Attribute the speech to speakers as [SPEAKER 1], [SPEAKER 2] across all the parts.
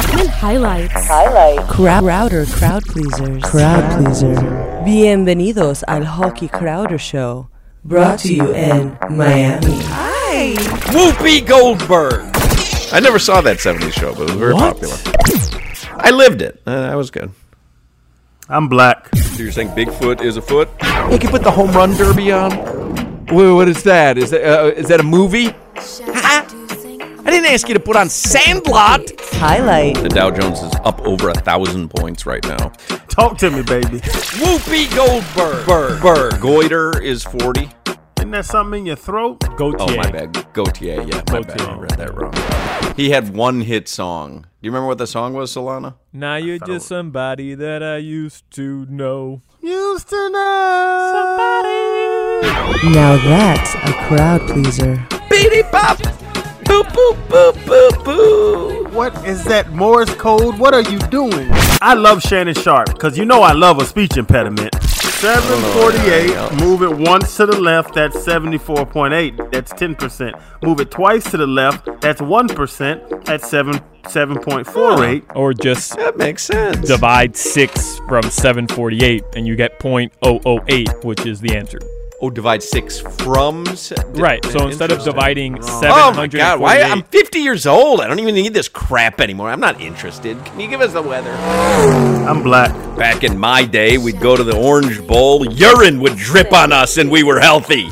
[SPEAKER 1] Highlights.
[SPEAKER 2] Highlight.
[SPEAKER 1] Crowd, crowder, crowd pleasers. Crowd pleaser. Bienvenidos al Hockey Crowder Show. Brought to you in Miami. Hi.
[SPEAKER 3] Whoopi Goldberg. I never saw that 70s show, but it was very popular. I lived it. Uh, I was good.
[SPEAKER 4] I'm black.
[SPEAKER 5] So you're saying Bigfoot is a foot?
[SPEAKER 3] They could put the home run derby on. Wait, what is that? Is that uh, is that a movie? I didn't ask you to put on Sandlot.
[SPEAKER 1] Highlight.
[SPEAKER 5] The Dow Jones is up over a thousand points right now.
[SPEAKER 4] Talk to me, baby.
[SPEAKER 3] Whoopi Goldberg. Berg. Berg.
[SPEAKER 5] Goiter is 40.
[SPEAKER 4] Isn't that something in your throat?
[SPEAKER 6] Gautier.
[SPEAKER 5] Oh, my bad. Gautier. Yeah, my bad. I read that wrong. He had one hit song. Do you remember what the song was, Solana?
[SPEAKER 6] Now you're just somebody that I used to know.
[SPEAKER 4] Used to know.
[SPEAKER 1] Now that's a crowd pleaser.
[SPEAKER 3] Beady pop. Boop boop boop boop boop.
[SPEAKER 4] What is that Morse code? What are you doing? I love Shannon Sharp because you know I love a speech impediment. 748, move it once to the left, that's 74.8, that's 10%. Move it twice to the left, that's 1%, that's 7 7.48.
[SPEAKER 6] Or just
[SPEAKER 3] That makes sense.
[SPEAKER 6] divide 6 from 748 and you get 0.008, which is the answer.
[SPEAKER 5] Oh, divide six from. se-
[SPEAKER 6] Right. So instead of
[SPEAKER 5] Interesting.
[SPEAKER 6] dividing
[SPEAKER 5] Oh my god! Why?
[SPEAKER 6] 748
[SPEAKER 5] I'm 50 years old. I don't even need this crap anymore. I'm not interested. Can you give us the weather?
[SPEAKER 4] I'm black.
[SPEAKER 5] Back in my day, we'd go to the Orange Bowl. Urine would drip on us, and we were healthy.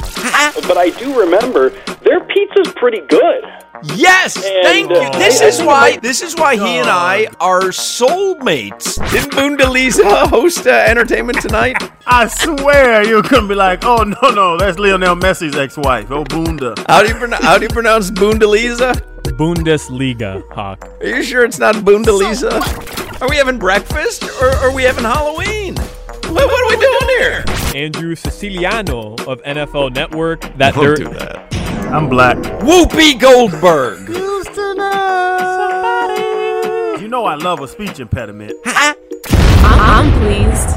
[SPEAKER 7] But I do remember their pizza's pretty good.
[SPEAKER 5] Yes, thank
[SPEAKER 7] uh,
[SPEAKER 5] you. This is why. This is why he and I are soulmates. Didn't Boondalisa host uh, Entertainment Tonight?
[SPEAKER 4] I swear you couldn't be like, oh no no, that's Lionel Messi's ex-wife, oh Boonda.
[SPEAKER 5] How do you pronounce? How do you pronounce Boondalisa?
[SPEAKER 6] Bundesliga, Hawk.
[SPEAKER 5] Are you sure it's not Boondalisa? Are we having breakfast or are we having Halloween? What, what are we doing here?
[SPEAKER 6] Andrew Siciliano of NFL Network. That
[SPEAKER 5] Don't
[SPEAKER 6] dirt.
[SPEAKER 5] do that.
[SPEAKER 4] I'm black.
[SPEAKER 3] Whoopi Goldberg.
[SPEAKER 4] You know I love a speech impediment.
[SPEAKER 2] I'm pleased.